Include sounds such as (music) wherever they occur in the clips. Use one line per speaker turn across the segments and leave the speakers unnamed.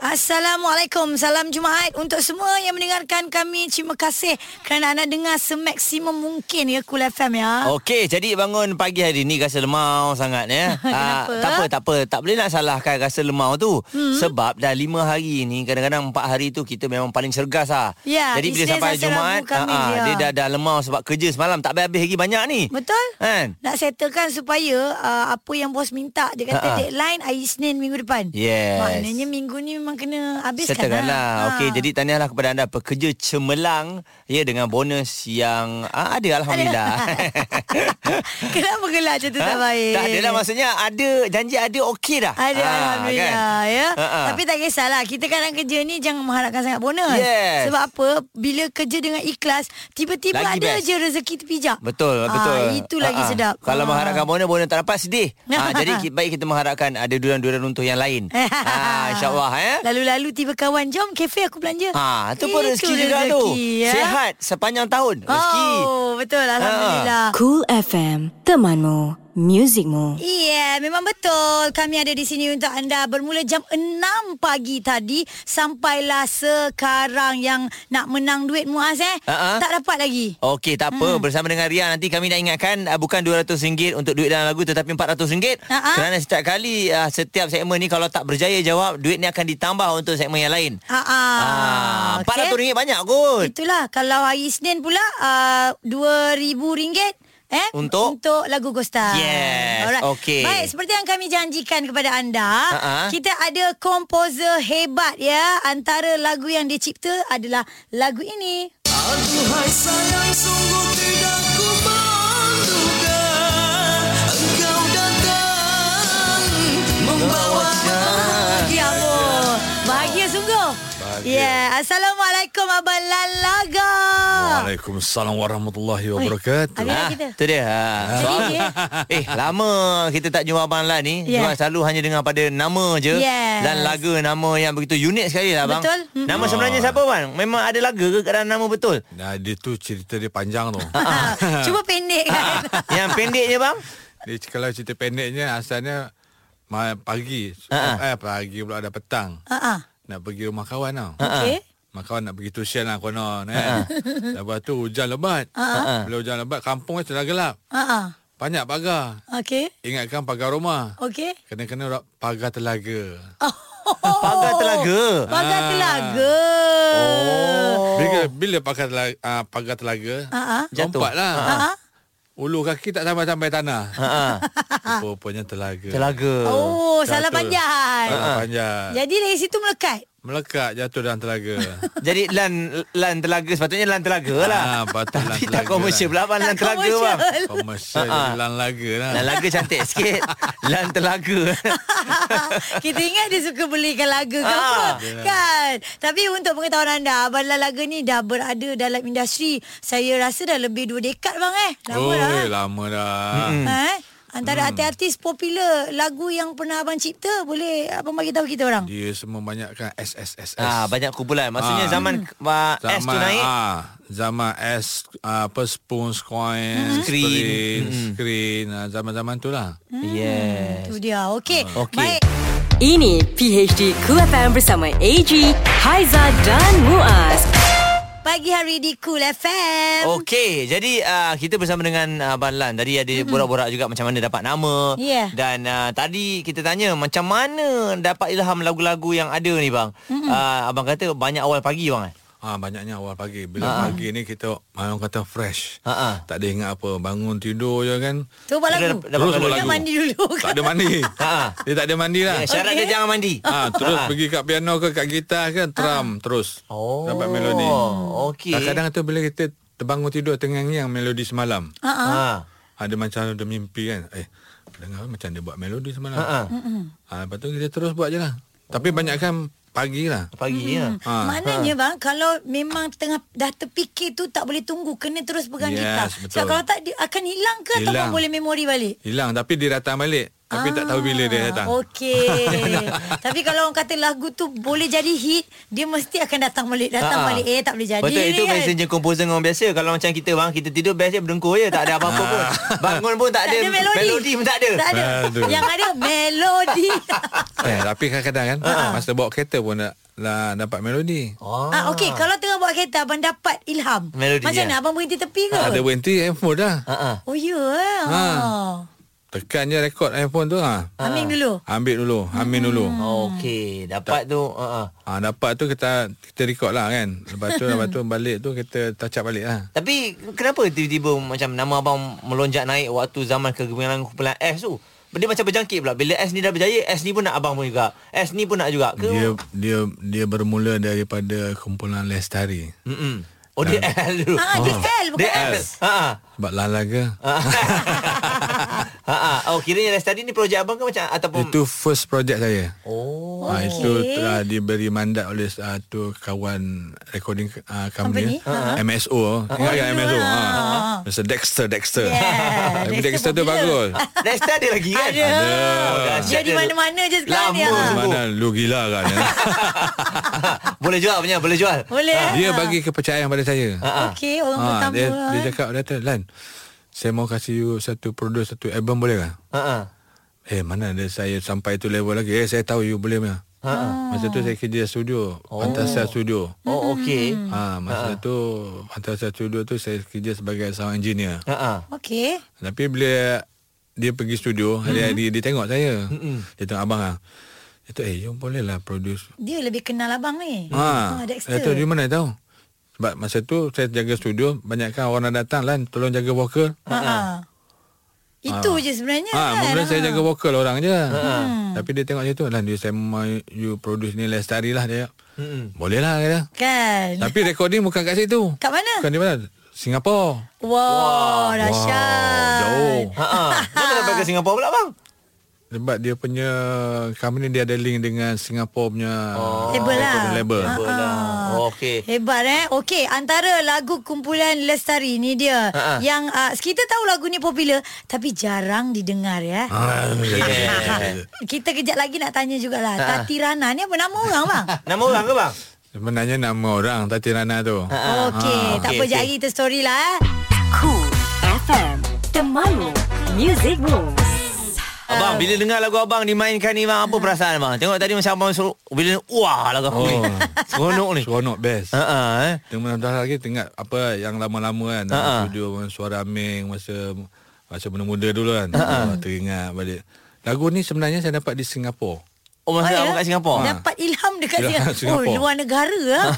Assalamualaikum, salam Jumaat untuk semua yang mendengarkan kami. Terima kasih kerana anda dengar semaksimum mungkin ya Cool FM ya.
(laughs) Okey, jadi bangun pagi hari ni rasa lemau sangat
(laughs)
ya. Ah,
Kenapa?
tak apa, tak apa. Tak boleh nak salahkan rasa lemau tu. Hmm. Sebab dah lima hari ni, kadang-kadang empat hari tu kita memang paling cergas lah.
Ya,
jadi bila
Isnin
sampai
sampai
Jumaat,
Rabu, Khamis,
ah, ah,
ya.
dia dah, dah lemau sebab kerja semalam. Tak habis-habis lagi banyak ni.
Betul?
Kan?
Nak settlekan supaya uh, apa yang bos minta dia kata
Ha-ha.
deadline hari Isnin minggu depan.
Yes.
Maknanya minggu ni memang kena habiskan
Settlekan
lah.
lah. Okey, jadi tahniahlah kepada anda pekerja cemerlang ya dengan bonus yang ah, ada alhamdulillah.
(laughs) (laughs) Kenapa gelak macam tu tak
(laughs) Ha?
baik?
Tak adalah maksudnya ada janji ada okey dah.
Ada
Ah,
Alhamdulillah
kan?
ya.
Ha, ha.
Tapi tak kisahlah Kita kadang kerja ni Jangan mengharapkan sangat bonus
Yes.
Sebab apa Bila kerja dengan ikhlas Tiba-tiba
Lagi
ada
best.
je rezeki terpijak Ah,
Betul, betul.
Itu lagi
Ah, ah.
sedap
Kalau
Ah.
mengharapkan
(laughs)
bonus, bonus tak dapat sedih. ha, jadi ki- baik kita mengharapkan ada duran-duran untuk yang
(laughs)
lain. ha, InsyaAllah eh.
Lalu-lalu tiba kawan Jom kafe aku belanja
Ha, tu pun rezeki juga tu.
ya.
Sehat sepanjang tahun. Rezeki.
Oh betul Alhamdulillah
Cool FM, temanmu, muzikmu.
Iya, yeah, memang betul. Kami ada di sini untuk anda bermula jam 6 pagi tadi sampailah sekarang yang nak menang duit Muaz eh.
Ha-ha.
Tak dapat lagi.
Okey, tak apa.
Hmm.
Bersama dengan Ria nanti kami nak ingatkan uh, bukan RM200 untuk duit dalam lagu tetapi RM400.
Ha-ha.
Kerana setiap kali uh, setiap segmen ni kalau tak berjaya jawab, duit ni akan ditambah untuk segmen yang lain.
Ha ah.
Ah, RM400 banyak kot.
Itulah kalau hari Isnin pula uh, RM2000 Eh,
Untuk?
untuk lagu Ghosta.
Yes, okey.
Baik, seperti yang kami janjikan kepada anda,
Ha-ha.
kita ada komposer hebat ya. Antara lagu yang dicipta adalah lagu ini.
Aduhai sayang sungguh tidak ku menduga Engkau datang membawa
Ya Allah Bahagia sungguh Bahagia. Yeah. Assalamualaikum Abang Lalaga
Waalaikumsalam warahmatullahi wabarakatuh
Habis
Ah,
kan kita
Tu dia. Ha. Soal,
dia.
(laughs) eh, lama kita tak jumpa Abang Lan ni.
Ya.
Yeah. Sebab selalu hanya dengar pada nama je.
Yes.
Dan laga nama yang begitu unik sekali lah bang.
Betul. Mm-mm.
Nama
Oh.
sebenarnya siapa bang? Memang ada laga ke dalam nama
(laughs)
betul?
Nah, dia tu cerita dia panjang
(laughs)
tu.
Ha.
Cuba pendek kan
yang pendeknya bang?
dia kalau cerita pendeknya asalnya ma- pagi.
Ha-ha.
Eh, pagi pula ada petang.
Ah, ah.
Nak pergi rumah kawan tau.
Ha.
Okey
Rumah kawan nak pergi tuition lah konon. Eh. Lepas tu hujan lebat.
Ha,
Bila hujan lebat, kampung macam dah gelap.
Ah, ah.
Banyak pagar.
Okey
Ingatkan pagar rumah.
Okey
Kena-kena ra- pagar telaga.
Oh.
Pagar Telaga.
Pagar
Ah.
telaga
Oh. Ha.
Bila, bila pagar telaga, uh, pagar telaga
Ah, ah.
Jatuh.
lompat lah.
Ah, ah.
Ulu kaki tak sampai-sampai tanah.
Ha.
Rupanya telaga.
Telaga.
Oh salah
Jatuh.
panjang
Tanah panjang.
Jadi dari situ melekat (laughs)
Melekat jatuh dalam telaga.
Jadi lan lan telaga sepatutnya lan telaga lah.
Ah, patut lan
Tapi tak
telaga
komersial
lah.
pula bang lan
Tak
telaga bang.
commercial.
Komersial
Ha-ha.
jadi lan laga lah.
Lan laga cantik
(laughs)
sikit. lan telaga.
Kita ingat dia suka belikan laga ke
Ah.
apa Kan Tapi untuk pengetahuan anda Abang Lal Laga ni dah berada dalam industri Saya rasa dah lebih dua dekad bang eh Lama
oh,
dah
eh,
eh.
lama dah.
Hmm. Ha, eh? Antara artis-artis popular lagu yang pernah abang cipta boleh abang bagi tahu kita orang.
Dia semua banyak kan SSSS.
Ah, banyak kumpulan.
Ah.
Maksudnya zaman
Hmm.
ah, S tu naik.
ah, zaman S ah, apa spoon coin,
Screen.
screen, screen, ah, zaman-zaman tu lah.
Hmm.
Yes.
Itu dia. Okey.
Ah.
Okey.
Baik.
Ini PHD Cool FM bersama AG, Haiza dan Muaz.
Pagi hari di Cool FM.
Okey, jadi uh, kita bersama dengan uh, Abang Lan. Tadi ada borak-borak juga macam mana dapat nama.
Mm-hmm. Yeah.
Dan uh, tadi kita tanya macam mana dapat ilham lagu-lagu yang ada ni bang. Uh, abang kata banyak awal pagi bang. eh?
Ah banyaknya awal pagi. Bila pagi ni kita orang kata fresh.
Ha, ha.
Tak ada ingat apa, bangun tidur je kan.
Tu buat lagu.
Dah- dah Terus buat
buat
Nak
lagu.
mandi dulu.
Tak ada mandi.
Ha.
Dia tak ada mandi lah.
Eh, Syarat
Okey.
dia jangan mandi.
Ah, terus
Ah.
pergi kat piano ke kat gitar ke drum terus.
Oh.
Dapat melodi.
Okey.
Kadang-kadang tu bila kita terbangun tidur terngiang-ngiang melodi semalam.
Ha ah.
Ha.
Ada macam ada mimpi kan. Eh, dengar macam dia buat melodi semalam.
Ha.
Ha, lepas tu kita terus buat je lah. Tapi banyakkan pagi lah.
Pagi ya.
Ah.
Maknanya bang Kalau memang tengah Dah terfikir tu Tak boleh tunggu Kena terus pegang
Yes,
gitar
betul.
Sebab kalau tak dia Akan hilang ke Ataupun
Hilang.
boleh memori balik Ah,
Hilang tapi dia datang balik. Tapi tak tahu bila dia datang. (laughs)
Okey. Tapi kalau orang kata lagu tu boleh jadi hit, dia mesti akan datang balik. Datang
Ah,
Ha-ha.
balik. Eh, tak boleh jadi.
Betul
ni
itu
kan?
messenger komposer dengan orang biasa Kalau macam kita bang Kita tidur best je berdengkur je Tak ada
Ah.
apa-apa pun Bangun pun tak,
Tak ada melodi.
Melodi pun tak ada
Tak ada.
Aduh.
Yang ada melodi.
(laughs)
Eh, tapi kadang-kadang kan masa bawa kereta pun nak, nak dapat melodi.
oh.
ah, Okey, kalau tengah buat kereta, abang dapat ilham.
Melodi,
Macam
ya.
mana? Abang berhenti tepi ke?
Ada berhenti handphone dah.
Ha-ha.
Oh, ya. Yeah. Ha.
Ha. Tekan je rekod handphone tu ha.
Aming Ah.
Ah.
dulu.
Ambil dulu, amin dulu.
Hmm.
Hmm.
Okey Dapat tu uh-uh.
Ha, dapat tu kita kita record lah kan. Lepas tu lepas tu balik tu kita touch up balik lah.
Tapi kenapa tiba-tiba Macam nama abang Melonjak naik Waktu zaman kegemilangan kumpulan S tu dia macam berjangkit pula Bila S ni dah berjaya S ni pun nak abang pun juga S ni pun nak juga ke
Dia dia dia bermula daripada kumpulan Lestari.
Mm-mm. Oh dia L dulu
Ah, dia L, bukan
Dia L Ha,
S.
(laughs) Ha-ha.
Sebab lalaga.
Ha-ha. Oh kiranya Lestari ni projek abang ke macam Ataupun
(laughs) Itu first project saya.
Oh
Ha, itu telah diberi mandat oleh satu kawan recording uh, company,
Company?
MSO. Ingat kan MSO? Ha. Mr. Dexter, Dexter.
Yeah,
Tapi Dexter
Dexter
tu bagus.
popular.
Lester ada lagi kan?
Ada.
Oh, dahsyat
Dia di mana-mana je sekarang Ah.
Lama
dia.
sungguh.
Mana lu gila kan?
(laughs) Boleh jual punya, boleh jual.
Boleh.
Ah,
ah.
dia bagi kepercayaan pada saya.
Okey, orang
Ha,
pertama. lah, ah. kan?
dia, dia cakap, dia kata, Lan, saya mau kasih you satu produce, satu album boleh kan?
Ha ah.
Eh mana ada saya sampai tu level lagi Eh saya tahu you boleh punya ha. Masa tu saya kerja studio oh. Fantasia Studio
Oh okey.
Hmm.
ha, Masa tu Fantasia Studio tu saya kerja sebagai sound engineer
Ha ah.
Okey.
Tapi bila dia pergi studio
Hmm.
Hari-hari dia tengok saya Dia tengok abang lah Dia tu eh you boleh lah produce
Dia lebih kenal abang ni. Ah,
Ha,
Hmm. Dexter.
Dia tu di mana tahu Sebab masa tu saya jaga studio Banyakkan orang nak datang Lan tolong jaga vokal
Ha. Itu je sebenarnya
Ha,
kan.
mula saya jaga vokal orang je.
Ah.
Hmm. Tapi dia tengok situ lah dia saya mau you produce ni lestari lah dia. Hmm. Boleh lah kata.
Kan.
Tapi Kan- recording bukan kat situ.
Kat mana?
Bukan di mana? Singapura.
Wow, dahsyat.
jauh.
Ha ah. Kenapa sampai ke Singapura pula bang?
Sebab dia punya company dia ada link dengan Singapura punya
Oh.
Label lah.
recording label.
Label lah.
Ah.
Oh okey.
Hebat eh Okey Antara lagu kumpulan Lestari ni dia
Ha, ha.
Yang uh, Kita tahu lagu ni popular Tapi jarang didengar ya
(laughs)
Ah,
Yeah.
Kita kejap lagi nak tanya jugalah Tati Rana ni apa nama orang
(laughs)
bang?
Nama orang ke bang?
Sebenarnya nama orang Tati Rana tu.
Okey Tak
Ah, Okey,
apa jap
okey.
lagi kita story lah eh
Cool FM Temanmu Music Rules
Abang bila dengar lagu abang dimainkan ni bang apa perasaan bang? Tengok tadi macam abang suruh bila wah lagu aku ni.
Oh.
Seronok ni.
Seronok best.
Ha ah eh.
Tengok mudah lagi tengok apa yang lama-lama kan
Ha-ha.
uh-huh. studio dengan suara aming masa masa muda-muda dulu kan. Uh-huh. Teringat balik. Lagu ni sebenarnya saya dapat di
(laughs)
Singapura.
Oh masa
ya?
abang kat Singapura.
Dapat ilham dekat
Ilham
Singapura. Oh
Singapura.
luar negara
(laughs)
ah.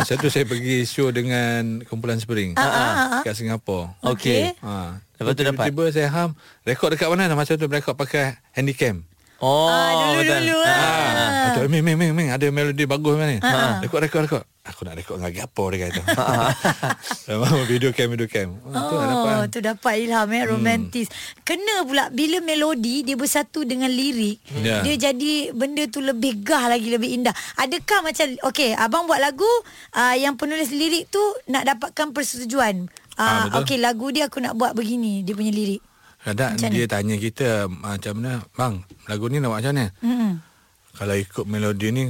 masa tu saya pergi show dengan kumpulan Spring uh-huh. kat Singapura.
Okey.
Ha.
Lepas tu dapat?
Tiba-tiba saya ham rekod dekat mana masa tu rekod pakai handycam.
Oh.
Ah,
betul.
dulu-dulu
Ha,
ah.
ha, ha.
Ah. Atau ming ming ming ming ada melodi bagus mana. Ha. Rekod rekod rekod. Aku nak rekod dengan gapo dia kata. (laughs) Sama video cam video cam. Ah, tu lah dapat.
Oh, tu dapat ilham
Hmm.
eh romantis. Kena pula bila melodi dia bersatu dengan lirik,
Ya.
dia jadi benda tu lebih gah lagi lebih indah. Adakah macam okey, abang buat lagu uh, yang penulis lirik tu nak dapatkan persetujuan.
Ah,
Uh,
betul.
okey, lagu dia aku nak buat begini, dia punya lirik.
Kadang
Macam
macam dia tanya kita macam mana, bang, lagu ni nak buat macam mana?
Hmm. (laughs)
Kalau ikut melodi ni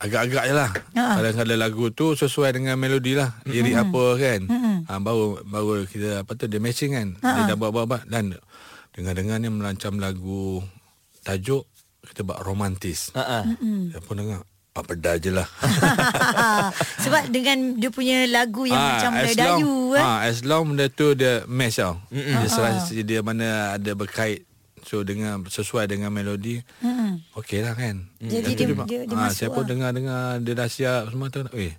agak-agak je lah.
Ha. Hmm.
Kadang-kadang lagu tu sesuai dengan melodi lah. Lirik apa kan. Ha, baru baru kita apa tu dia matching kan. Dia dah buat-buat dan dengar-dengar ni melancam lagu tajuk kita buat romantis.
Ha ah.
Hmm.
Dia pun dengar apa dah je lah. (laughs)
Sebab dengan dia punya lagu yang
Ah,
macam
as
Melayu
long,
eh.
ah, As long benda tu dia match tau
Ah,
Dia serasi dia mana ada berkait So dengan sesuai dengan melodi mm Okey lah kan
Jadi
Lepas tu
dia-
buat-
dia- dia
ah,
masuk
Saya pun
lah.
dengar-dengar Dia dah siap semua tu Eh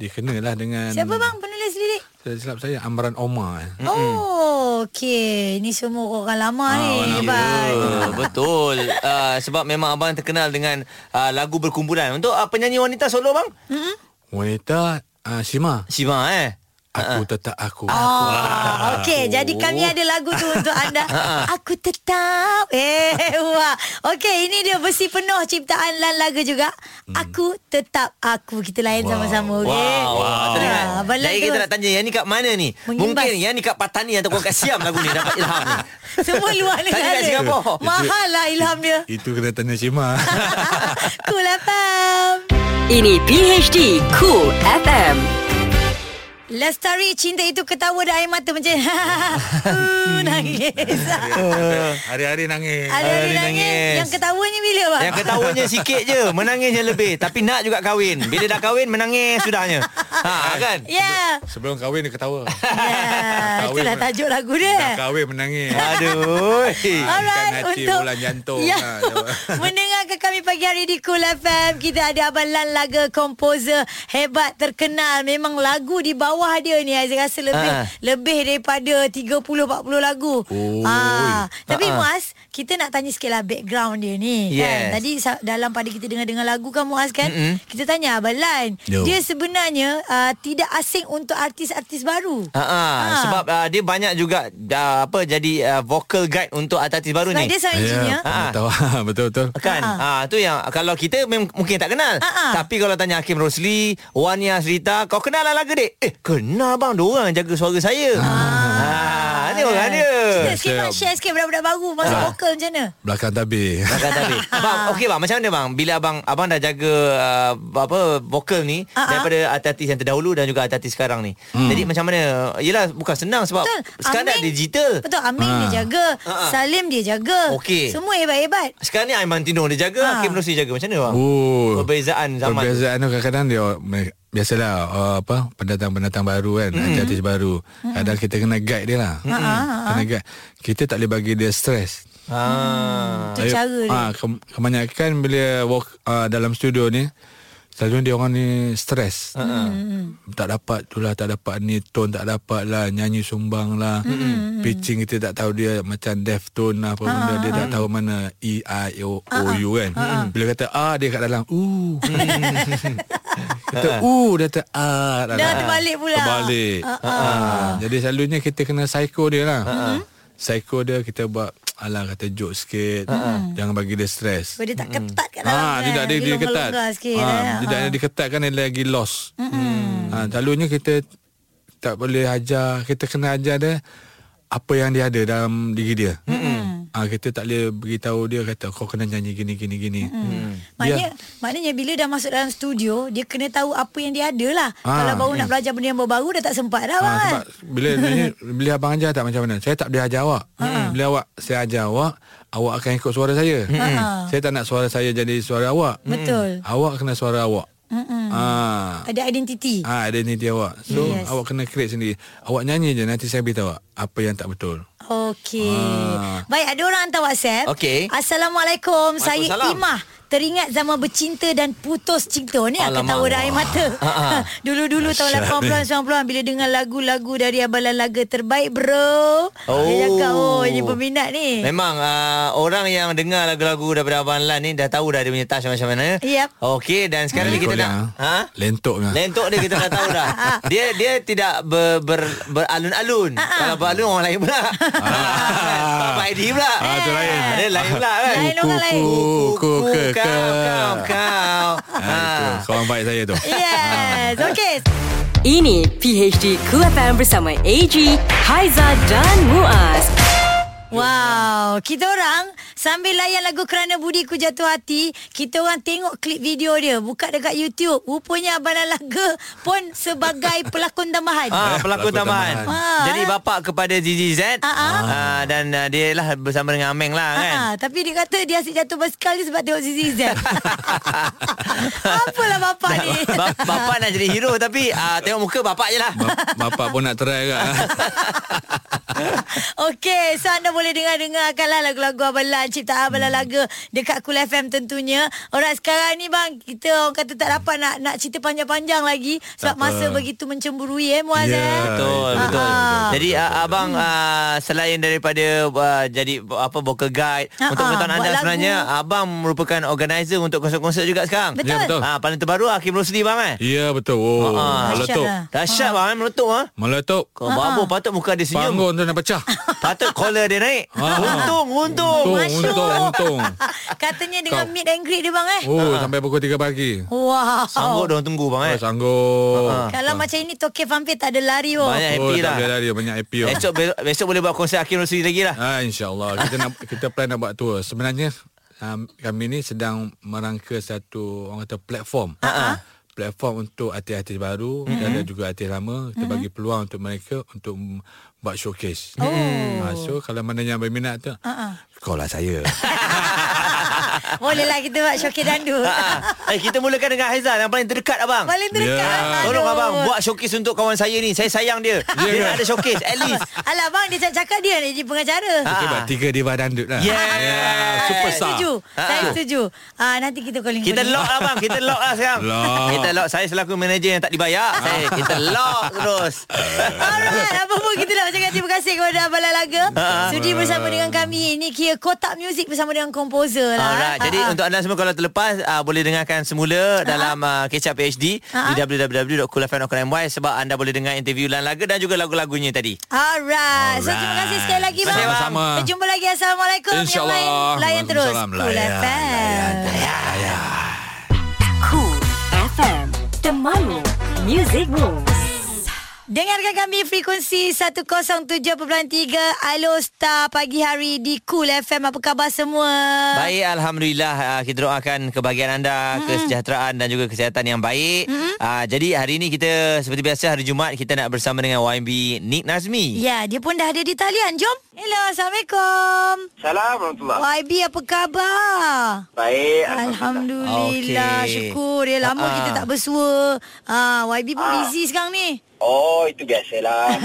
Dia kenalah dengan
Siapa bang penulis lirik?
Saya silap saya Amran Omar eh.
Oh, okey. Ni semua orang lama
Ah,
ni.
orang lama.
Bye.
Ya, betul. Uh, sebab memang abang terkenal dengan uh, lagu berkumpulan. Untuk uh, penyanyi wanita solo bang?
Wanita ah, Shima
Sima eh.
Aku tetap aku
Ah, okey. Jadi kami ada lagu tu untuk
(laughs)
anda.
Ha.
Aku tetap. Eh, wah. Okey, ini dia versi penuh
Hmm.
ciptaan Lan Laga juga. Aku tetap aku. Kita layan sama-sama, okey?
Wow, wow.
Ya,
Teringat
Abang Lan
Jadi kita
tu-
nak tanya Yang ni kat mana ni
Mengimbas.
Mungkin yang ni kat Patani Ataupun kat Siam lagu ni Dapat ilham ni
Semua
(laughs)
luar
Tanya
negara.
kat Singapura.
(laughs) Mahal lah ilham
(laughs)
dia. (laughs)
Itu kena tanya Cima
cool FM.
Ini PHD Cool FM.
Lestari cinta itu ketawa dan air mata
(laughs)
macam (laughs) uh, nangis.
Hari-hari nangis
Hari-hari
Hari
nangis.
nangis.
Yang ketawanya bila bang?
Yang ketawanya sikit je Menangisnya lebih Tapi nak juga kahwin Bila dah kahwin Menangis sudahnya Ha kan
Ya. Yeah.
Sebelum kahwin dia ketawa
Yeah.
(laughs) Kahwin
Ya, Itulah
pun-
tajuk lagu (laughs) dia. Ah,
Dah kahwin menangis
(laughs)
Aduh
Ikan hati bulan jantung.
ya,
Ha, jawab.
(laughs) Mendengarkan kami pagi hari di Cool FM Kita ada Abang Lan laga komposer Hebat terkenal Memang lagu di bawah dia ni Saya rasa lebih
Ha.
Lebih daripada 30-40 lagu
Oi.
Ah, Tapi
Ha.
Muaz Kita nak tanya sikit lah background dia ni
Yes.
kan? Tadi sa- dalam pada kita dengar-dengar lagu kan Muaz kan mm Kita tanya Abang Lan
Yo.
Dia sebenarnya uh, Tidak asing untuk artis-artis baru
Ha, ha.
Ha.
sebab uh, dia banyak juga uh, apa jadi uh, vocal guide untuk artis baru
Sebab
ni.
dia Ah. seorang
Ya. (laughs)
engineer
Ah.
Tahu Betul-betul
Kan ha. ha tu yang Kalau kita mem- Mungkin tak kenal
Ha-ha.
Tapi kalau tanya Hakim Rosli Wania Serita Kau kenal lah lagu dek Eh kenal bang Diorang yang jaga suara saya
Ah.
ha. Ni
Ah.
orang dia
Cerita sikit Mak lah, share sikit Budak-budak baru Masuk vokal macam mana
Belakang tabir
Makan tadi.
Ah.
Bang, okey bang, macam mana bang? Bila abang abang dah jaga uh, apa vokal
Ah,
ni
ah.
uh-huh. daripada artis yang terdahulu dan juga artis sekarang ni. Hmm. Jadi macam mana? Yalah bukan senang sebab
Betul
sekarang dah
Amin-
digital.
Betul Amin
Ah.
ha. dia jaga ha.
Ha.
Salim dia jaga
Okey.
Semua hebat-hebat
Sekarang ni Aiman Tino dia jaga,
Ah.
Hakim Rosli jaga. Macam mana bang?
(laughs) Oh.
Perbezaan zaman.
Perbezaan
Perbezaan.
tu kadang-kadang dia me- biasalah uh, apa pendatang-pendatang baru kan, mm. artis baru. Kadang kita kena guide dia lah. Mm. Kena guide. Kita tak boleh bagi dia stres.
Ha.
Itu cara dia
ah, ke, kebanyakan bila walk uh, dalam studio ni selalunya dia orang ni stres.
Ah,
Mm. Tak dapat tu lah, tak dapat ni, tone tak dapat lah, nyanyi sumbang lah.
Hmm,
Mm. Pitching kita tak tahu dia macam deaf tone lah
Ah,
apa benda dia tak tahu mana E I O O U kan.
ah.
Bila kata A dia kat dalam U. (laughs)
(laughs)
kata U dia kata A. dalam.
Hmm. Dah terbalik pula.
Terbalik. Ah, Jadi selalunya kita kena psycho dia lah. Psycho dia kita buat Alah kata joke sikit Jangan bagi dia stres
Sebab dia tak ketat kat dalam
Ah,
kan.
dia tak ada dia ketat.
longgar-longgar sikit
Ah,
eh.
dia tak ada dia ketat kan dia lagi lost. Hmm. Ah, selalunya kita tak boleh ajar, kita kena ajar dia apa yang dia ada dalam diri dia. Hmm. Ah, kita tak boleh beritahu dia kata kau kena nyanyi gini gini gini. Hmm.
Maknanya, maknanya bila dah masuk dalam studio Dia kena tahu apa yang dia ada lah
Ah,
Kalau baru nak belajar benda yang baru-baru Dah tak sempat dah
Ah,
bang
sebab (laughs) bila bila, bila abang ajar tak macam mana. Saya tak boleh ajar awak. Bila awak saya ajar awak, awak akan ikut suara saya.
Ha-ha.
Saya tak nak suara saya jadi suara awak.
Betul
Awak kena suara awak. Ah.
Ada identiti
Ah, identiti awak. So
Yes.
yes. awak kena create sendiri. Awak nyanyi je nanti saya beritahu awak apa yang tak betul.
Okey.
Ah.
Baik, ada orang hantar WhatsApp.
Okey.
Assalamualaikum. Saya
Waalaikumsalam.
Imah. Teringat zaman bercinta dan putus cinta ni aku
Alamak.
tahu dah air mata.
ah.
(laughs) Dulu-dulu tahun 80-an 90-an bila dengar lagu-lagu dari Abalan Laga terbaik bro. Dia cakap oh ini peminat ni.
Memang uh, orang yang dengar lagu-lagu daripada Abang Lan ni dah tahu dah dia punya touch macam mana.
Yep.
Okey dan sekarang ni kita nak ha?
Lentok lah.
Lentok dia kita dah tahu dah. Dia dia tidak ber, ber, beralun-alun. Kalau beralun orang lain pula. Tak apa ID pula.
Ah, tu lain.
Dia lain pula kan.
Lain orang lain.
Ku- ku-
Kuku
ke- ke.
kau kau kau.
Ah, itu. Kawan baik saya (laughs) tu.
Yes. Okey.
Ini PHD Cool FM bersama AG, Haiza dan Muaz.
Wow, kita orang sambil layan lagu Kerana Budiku Jatuh Hati, kita orang tengok klip video dia, buka dekat YouTube. Rupanya Abang Lan Laga pun sebagai pelakon tambahan.
Ah, pelakon
Pelakon
tambahan.
tambahan.
Ah,
Jadi
eh.
bapa kepada Zizi Z
Ah, ah.
ah, dan ah, dia lah bersama dengan Ameng lah kan.
Ha, tapi dia kata dia asyik jatuh basikal ni sebab tengok Zizi Z.
(laughs)
Apalah bapak ni.
Ba- Bapak nak jadi hero tapi ah, tengok muka bapak je lah.
Bap- Bapak pun nak try (laughs) kat.
Okey, so anda boleh dengar-dengarkanlah lagu-lagu Abang Lan, ciptaan Abang Lan laga dekat Kul FM tentunya. Orang sekarang ni bang, kita orang kata tak dapat nak nak cerita panjang-panjang lagi sebab masa begitu mencemburui eh Muaz
Ya.
eh.
Yeah. Ah,
Betul, betul.
betul, betul,
Jadi
betul,
ah, abang
Hmm.
ah, selain daripada ah, jadi apa vocal guide
Ah,
untuk
ah,
pengetahuan anda
buat lagu.
sebenarnya abang merupakan organizer untuk konsert-konsert juga sekarang.
Betul. Ya,
betul.
Ah paling terbaru Hakim Rosli bang eh.
Ya betul. Oh,
Ah.
meletup.
Dahsyat
Dahsyat bang eh, meletup ah.
Meletup.
ah.
Kau babu patut muka dia
(laughs)
senyum.
Panggung tu nak pecah.
Patut collar dia naik. naik.
Ah.
Untung, untung.
Untung,
Masuk.
untung, untung.
(laughs) Katanya dengan
Kau-
meet and greet dia bang eh.
Oh,
Ah.
sampai pukul 3 pagi.
Wow.
Sanggup dia orang tunggu bang eh.
Oh, sanggup.
Ah.
Kalau macam ini Tokyo Vampir tak ada lari oh.
Banyak
oh,
happy
tak
lah.
boleh lari banyak happy.
Eh,
oh.
Esok besok, besok boleh buat konsert Akim Rosli lagi lah.
Ah insyaallah kita nak kita plan nak buat tour. Sebenarnya um, kami ni sedang merangka satu orang kata platform.
Ha. Ah,
Uh-huh. Platform untuk artis-artis baru mm-hmm. dan ada juga artis lama kita mm-hmm. bagi peluang untuk mereka untuk m- buat showcase. Oh. Ha, so kalau mana yang berminat tu
Ha,
uh-huh. call lah saya.
(laughs) Bolehlah kita buat syokir
(laughs)
dandut.
eh, kita mulakan dengan Haizal yang paling terdekat abang.
Paling terdekat.
Ya.
aduh.
Tolong abang buat showcase untuk kawan saya ni. Saya sayang dia. dia
ke?
nak ada showcase at
(laughs)
least.
Alah bang dia cakap dia nak jadi pengacara.
Kita buat tiga diva dandut lah.
Yeah.
yeah superstar.
Setuju.
Ah.
Saya setuju. Ah nanti kita calling.
Kita lock lah bang Kita lock lah sekarang
Lock. Ah.
Kita lock Saya selaku manager yang tak dibayar saya, Kita lock
(laughs)
terus
(laughs) Alright, apa pun kita nak cakap terima kasih kepada Abang Lalaga.
Ah.
Sudi bersama dengan kami. Ini kira kotak muzik bersama dengan komposer lah.
Alright Jadi
Ah, ah.
untuk anda semua Kalau terlepas uh, Boleh dengarkan semula Dalam uh, Kecap PhD
Ah.
Di www.coolfm.my Sebab anda boleh dengar Interview Lan Laga Dan juga lagu-lagunya tadi
Alright. So terima kasih sekali lagi bang.
Sama-sama.
Jumpa lagi. Assalamualaikum. Yang
InsyaAllah.
lain, Layan terus.
Waalaikumsalam.
Cool
Layan,
FM.
Cool FM Temanmu Music Moves
Dengarkan kami frekuensi 107.3 Alo Star pagi hari di Cool FM. Apa khabar semua? Ah.
Baik Alhamdulillah uh, Kita doakan kebahagiaan anda mm-hmm. Kesejahteraan dan juga kesihatan yang baik mm-hmm. uh, Jadi hari ini kita Seperti biasa hari Jumaat Kita nak bersama dengan YB Nick Nazmi
Ya, dia pun dah ada di talian. Jom. Hello, Assalamualaikum.
Salam warahmatullahi
Ah.
YB, apa
(laughs)
khabar?
Baik
Alhamdulillah
Okey. Ah,
okay. Syukur ya Lama
Ha-ha.
kita tak bersua ah, YB pun busy sekarang ni
Oh itu biasalah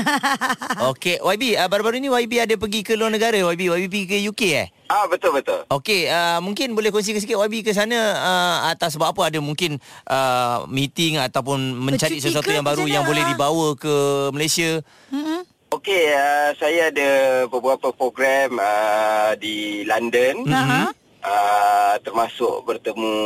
Okey YB uh, Baru-baru ni YB ada pergi ke luar negara YB YB pergi ke UK eh
Ah betul-betul
Okey, uh, mungkin boleh kongsikan sikit YB ke sana uh, atas sebab apa ada mungkin uh, meeting ataupun mencari
Bercuti
sesuatu
ke ah?
yang baru
macam
yang
mana?
boleh dibawa ke Malaysia.
Okey uh, saya ada beberapa program uh, di London
Ha-ha.
uh, Termasuk bertemu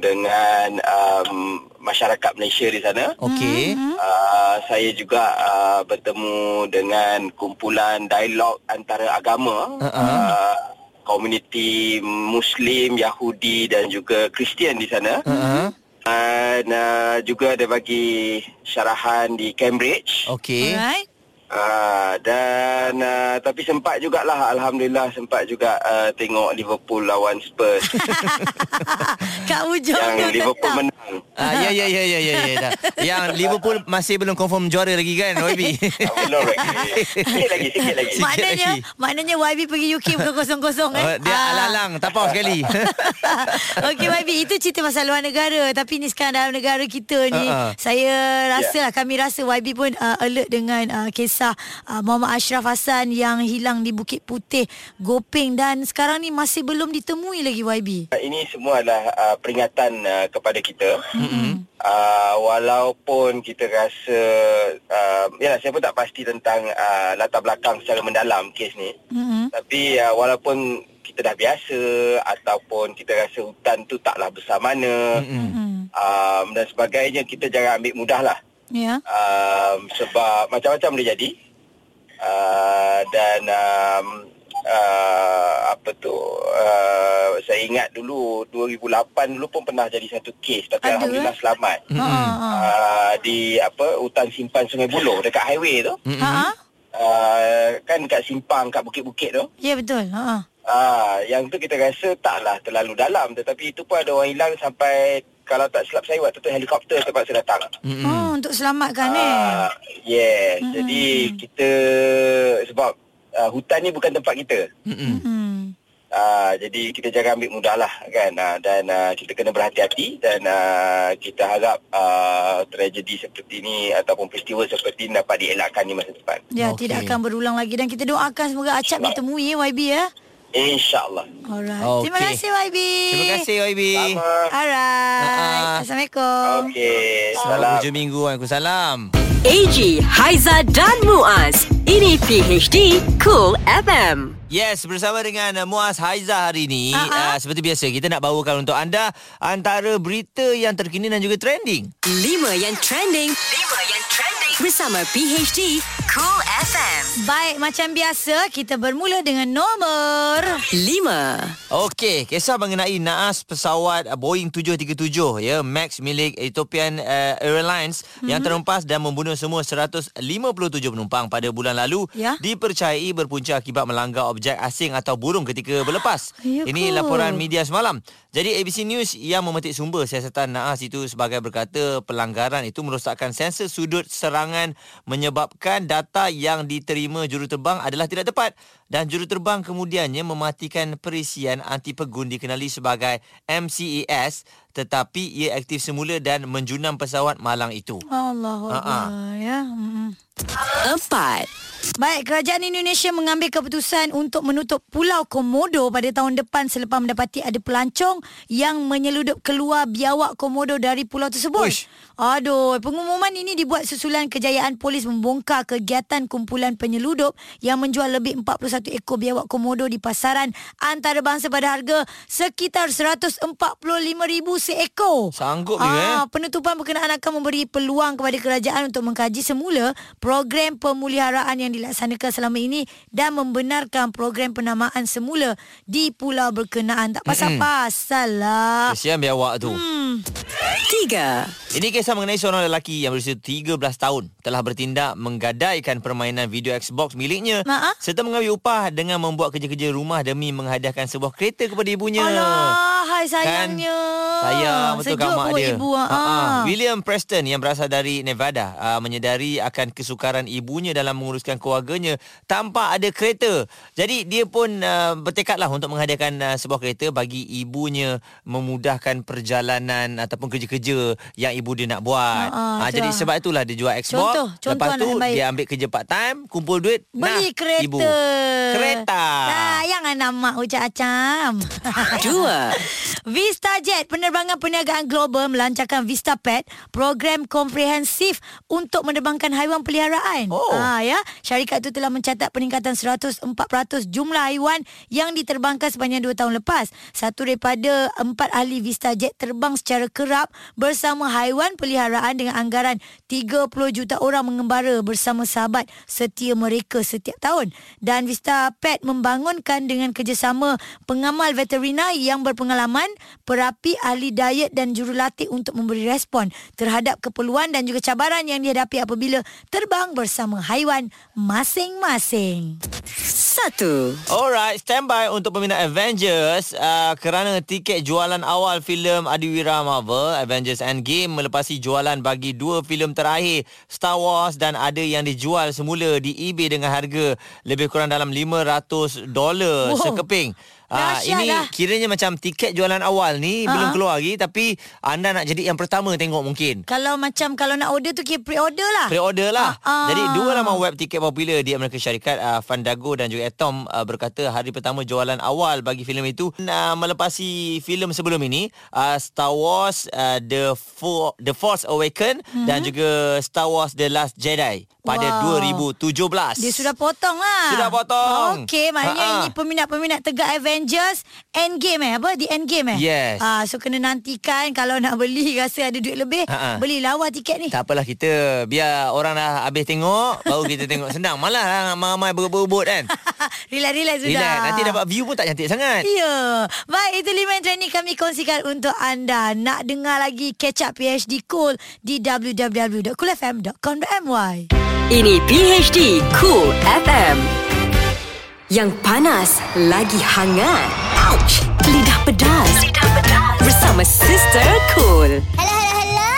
dengan um, masyarakat Malaysia di sana
Oh. Okey.
Mm-hmm.
uh, Saya juga uh, bertemu dengan kumpulan dialog antara agama uh, Komuniti Muslim, Yahudi dan juga Kristian di sana
Ha.
Dan uh, juga ada bagi syarahan di Cambridge.
Okey.
Alright
Uh, dan uh, tapi sempat jugalah alhamdulillah sempat juga uh, tengok Liverpool lawan (laughs) Spurs
Kak Ujung
yang
Ah, tu (laughs)
Liverpool
tetap
menang.
Ah ya ya ya ya ya ya. dah. Yang Liverpool masih belum confirm juara lagi kan YB.
Ah, Belum (laughs) lagi. Sikit lagi, sikit lagi.
Sikit
Maknanya
lagi.
Maknanya YB pergi UK Bukan kosong-kosong eh
Oh, dia
Ah.
alang-alang tapau sekali.
(laughs) Okey YB Itu cerita pasal luar negara Tapi ni sekarang dalam negara kita ni
Ha-ha.
Saya
Ya.
rasa lah Kami rasa YB pun uh, alert dengan uh, Kisah uh, Muhammad Ashraf Hassan Yang hilang di Bukit Putih Gopeng Dan sekarang ni Masih belum ditemui lagi YB
Uh, Ini semua adalah uh, peringatan uh, kepada kita. Mm-hmm. Uh, walaupun kita rasa, uh, yalah saya pun tak pasti tentang uh, latar belakang secara mendalam kes ni. Mm-hmm. Tapi uh, walaupun kita dah biasa ataupun kita rasa hutan tu taklah besar mana
Hmm.
mm-hmm. um, dan sebagainya, kita jangan ambil mudah lah.
Ya
Um, sebab macam-macam boleh jadi. Uh, dan um, uh, apa tu uh, saya ingat dulu 2008 dulu pun pernah jadi satu kes tapi
Ada,
alhamdulillah
eh?
selamat. Uh, di apa hutan simpan Sungai Buloh dekat highway tu.
Ha-ha.
Uh, kan dekat simpang kat bukit-bukit tu.
Ya betul Ha-ha.
Ah, yang tu kita rasa taklah terlalu dalam tetapi itu pun ada orang hilang sampai kalau tak silap saya waktu tu helikopter terpaksa datang.
Mm. Oh, untuk selamatkan eh.
Ah, yes. Mm-hmm. Jadi kita sebab uh, hutan ni bukan tempat kita.
Ah.
Hmm.
Uh, jadi kita jangan ambil mudah lah kan uh, dan uh, kita kena berhati-hati dan uh, kita harap uh, tragedi seperti ini ataupun peristiwa seperti ini dapat dielakkan di masa depan.
Ya, okay.
Okey.
tidak akan berulang lagi dan kita doakan semoga acap ditemui eh YB ya.
InsyaAllah.
Alright.
Okey.
Okay. Terima kasih YB.
Terima kasih Ha, YB.
Sama.
Alright.
Ha-ha.
Assalamualaikum.
Okey. Salam.
Hujung minggu Waalaikumsalam.
AG, Haiza dan Muaz Ini PHD Cool FM
Yes, bersama dengan uh, Muaz Haiza hari ini uh-huh. uh, Seperti biasa, kita nak bawakan untuk anda Antara berita yang terkini dan juga trending
5 yang trending 5 yang trending Bersama PHD Cool FM
Baik, macam biasa kita bermula dengan nombor
5.
Okey, kisah mengenai naas pesawat uh, Boeing 737 ya Max milik Ethiopian uh, Airlines mm-hmm. yang terhempas dan membunuh semua 157 penumpang pada bulan lalu
Ya.
dipercayai berpunca akibat melanggar objek asing atau burung ketika berlepas.
ya
Ini
ke?
laporan media semalam. Jadi ABC News yang memetik sumber siasatan naas itu sebagai berkata pelanggaran itu merosakkan sensor sudut serangan menyebabkan data yang diterima juruterbang adalah tidak tepat dan juruterbang kemudiannya mematikan perisian anti pegun dikenali sebagai MCES tetapi ia aktif semula dan menjunam pesawat malang itu.
Allahu
Ha,
Akbar ya. Mm-mm.
4.
Baik, kerajaan Indonesia mengambil keputusan untuk menutup Pulau Komodo pada tahun depan selepas mendapati ada pelancong yang menyeludup keluar biawak Komodo dari pulau tersebut.
Uish.
Aduh, pengumuman ini dibuat susulan kejayaan polis membongkar kegiatan kumpulan penyeludup yang menjual lebih 41 ekor biawak Komodo di pasaran antarabangsa pada harga sekitar 145,000 seekor.
Sanggup ni, eh?
Ah, Penutupan berkenaan akan memberi peluang kepada kerajaan untuk mengkaji semula program pemuliharaan yang dilaksanakan selama ini dan membenarkan program penamaan semula di pulau berkenaan. Tak pasal-pasal lah.
Kesian biawak tu. Hmm.
3.
Ini kisah mengenai seorang lelaki yang berusia 13 tahun telah bertindak menggadaikan permainan video Xbox miliknya
Ha, ha?
serta mengambil upah dengan membuat kerja-kerja rumah demi menghadiahkan sebuah kereta kepada ibunya.
Alah, hai
Kan?
sayangnya.
Sayang betul
Sejuk
kat mak
perut
dia.
Ibu,
Ha, ha.
ha.
William Preston yang berasal dari Nevada uh, menyedari akan kesukaran ibunya dalam menguruskan keluarganya tanpa ada kereta. Jadi dia pun uh, bertekadlah untuk menghadiahkan uh, sebuah kereta bagi ibunya memudahkan perjalanan ataupun kerja-kerja yang ibu dia nak
Ha,
buat.
ha, itulah.
Ah, jadi sebab itulah dia jual Xbox.
Contoh, contoh
Lepas
anak
tu
yang baik.
dia ambil kerja part time, kumpul duit,
Beli
nah,
kereta.
ibu. Kereta.
Sayang anak mak ucap
(laughs)
acam.
2.
Vista Jet, penerbangan perniagaan global melancarkan Vista Pet, program komprehensif untuk menerbangkan haiwan peliharaan.
Oh.
Ha, ya. Syarikat itu telah mencatat peningkatan 104% jumlah haiwan yang diterbangkan sepanjang 2 tahun lepas. Satu daripada empat ahli Vista Jet terbang secara kerap bersama haiwan peliharaan dengan anggaran 30 juta orang mengembara bersama sahabat setia mereka setiap tahun. Dan Vista Pet membangunkan dengan kerjasama pengamal veterina yang berpengalaman, perapi ahli diet dan jurulatih untuk memberi respon terhadap keperluan dan juga cabaran yang dihadapi apabila terbang bersama haiwan masing-masing.
1.
Alright, stand by untuk peminat Avengers uh, kerana tiket jualan awal filem Adiwira Marvel Avengers Endgame melepasi jualan bagi dua filem terakhir Star Wars dan ada yang dijual semula di eBay dengan harga lebih kurang dalam 500 dolar
Wow.
sekeping. Ah,
Dahsyat
ini
lah.
kiranya macam tiket jualan awal ni belum keluar lagi tapi anda nak jadi yang pertama tengok mungkin.
Kalau macam kalau nak order tu kira pre-order lah.
Pre-order lah.
Ah, ah.
Jadi dua laman web tiket popular di Amerika Syarikat uh, Fandago dan juga Atom uh, berkata hari pertama jualan awal bagi filem itu uh, melepasi filem sebelum ini uh, Star Wars uh, The Fo- The Force Awakens mm-hmm. dan juga Star Wars The Last Jedi pada
Mhm. Wow.
2017.
Dia sudah potong lah.
Sudah potong.
Okey, maknanya
Ha-ha.
ini peminat-peminat tegak Avengers Endgame eh. Apa? Di Endgame eh?
Yes.
Ah, so kena nantikan kalau nak beli (laughs) rasa ada duit lebih,
Ha-ha.
beli lawa tiket ni.
Tak apalah kita biar orang dah habis tengok baru kita
(laughs)
tengok senang. Malah lah ramai-ramai berebut-berebut kan.
(laughs) Relax-relax (laughs) sudah.
Relax. Nanti dapat view pun tak cantik sangat.
Ya. Baik, itu lima yang trending kami kongsikan untuk anda. Nak dengar lagi catch up PhD Cool di www.coolfm.com.my.
Ini PHD Cool FM. Yang panas lagi hangat. Ouch! Lidah pedas. Lidah pedas. Bersama Sister Cool.
Hello, hello, hello.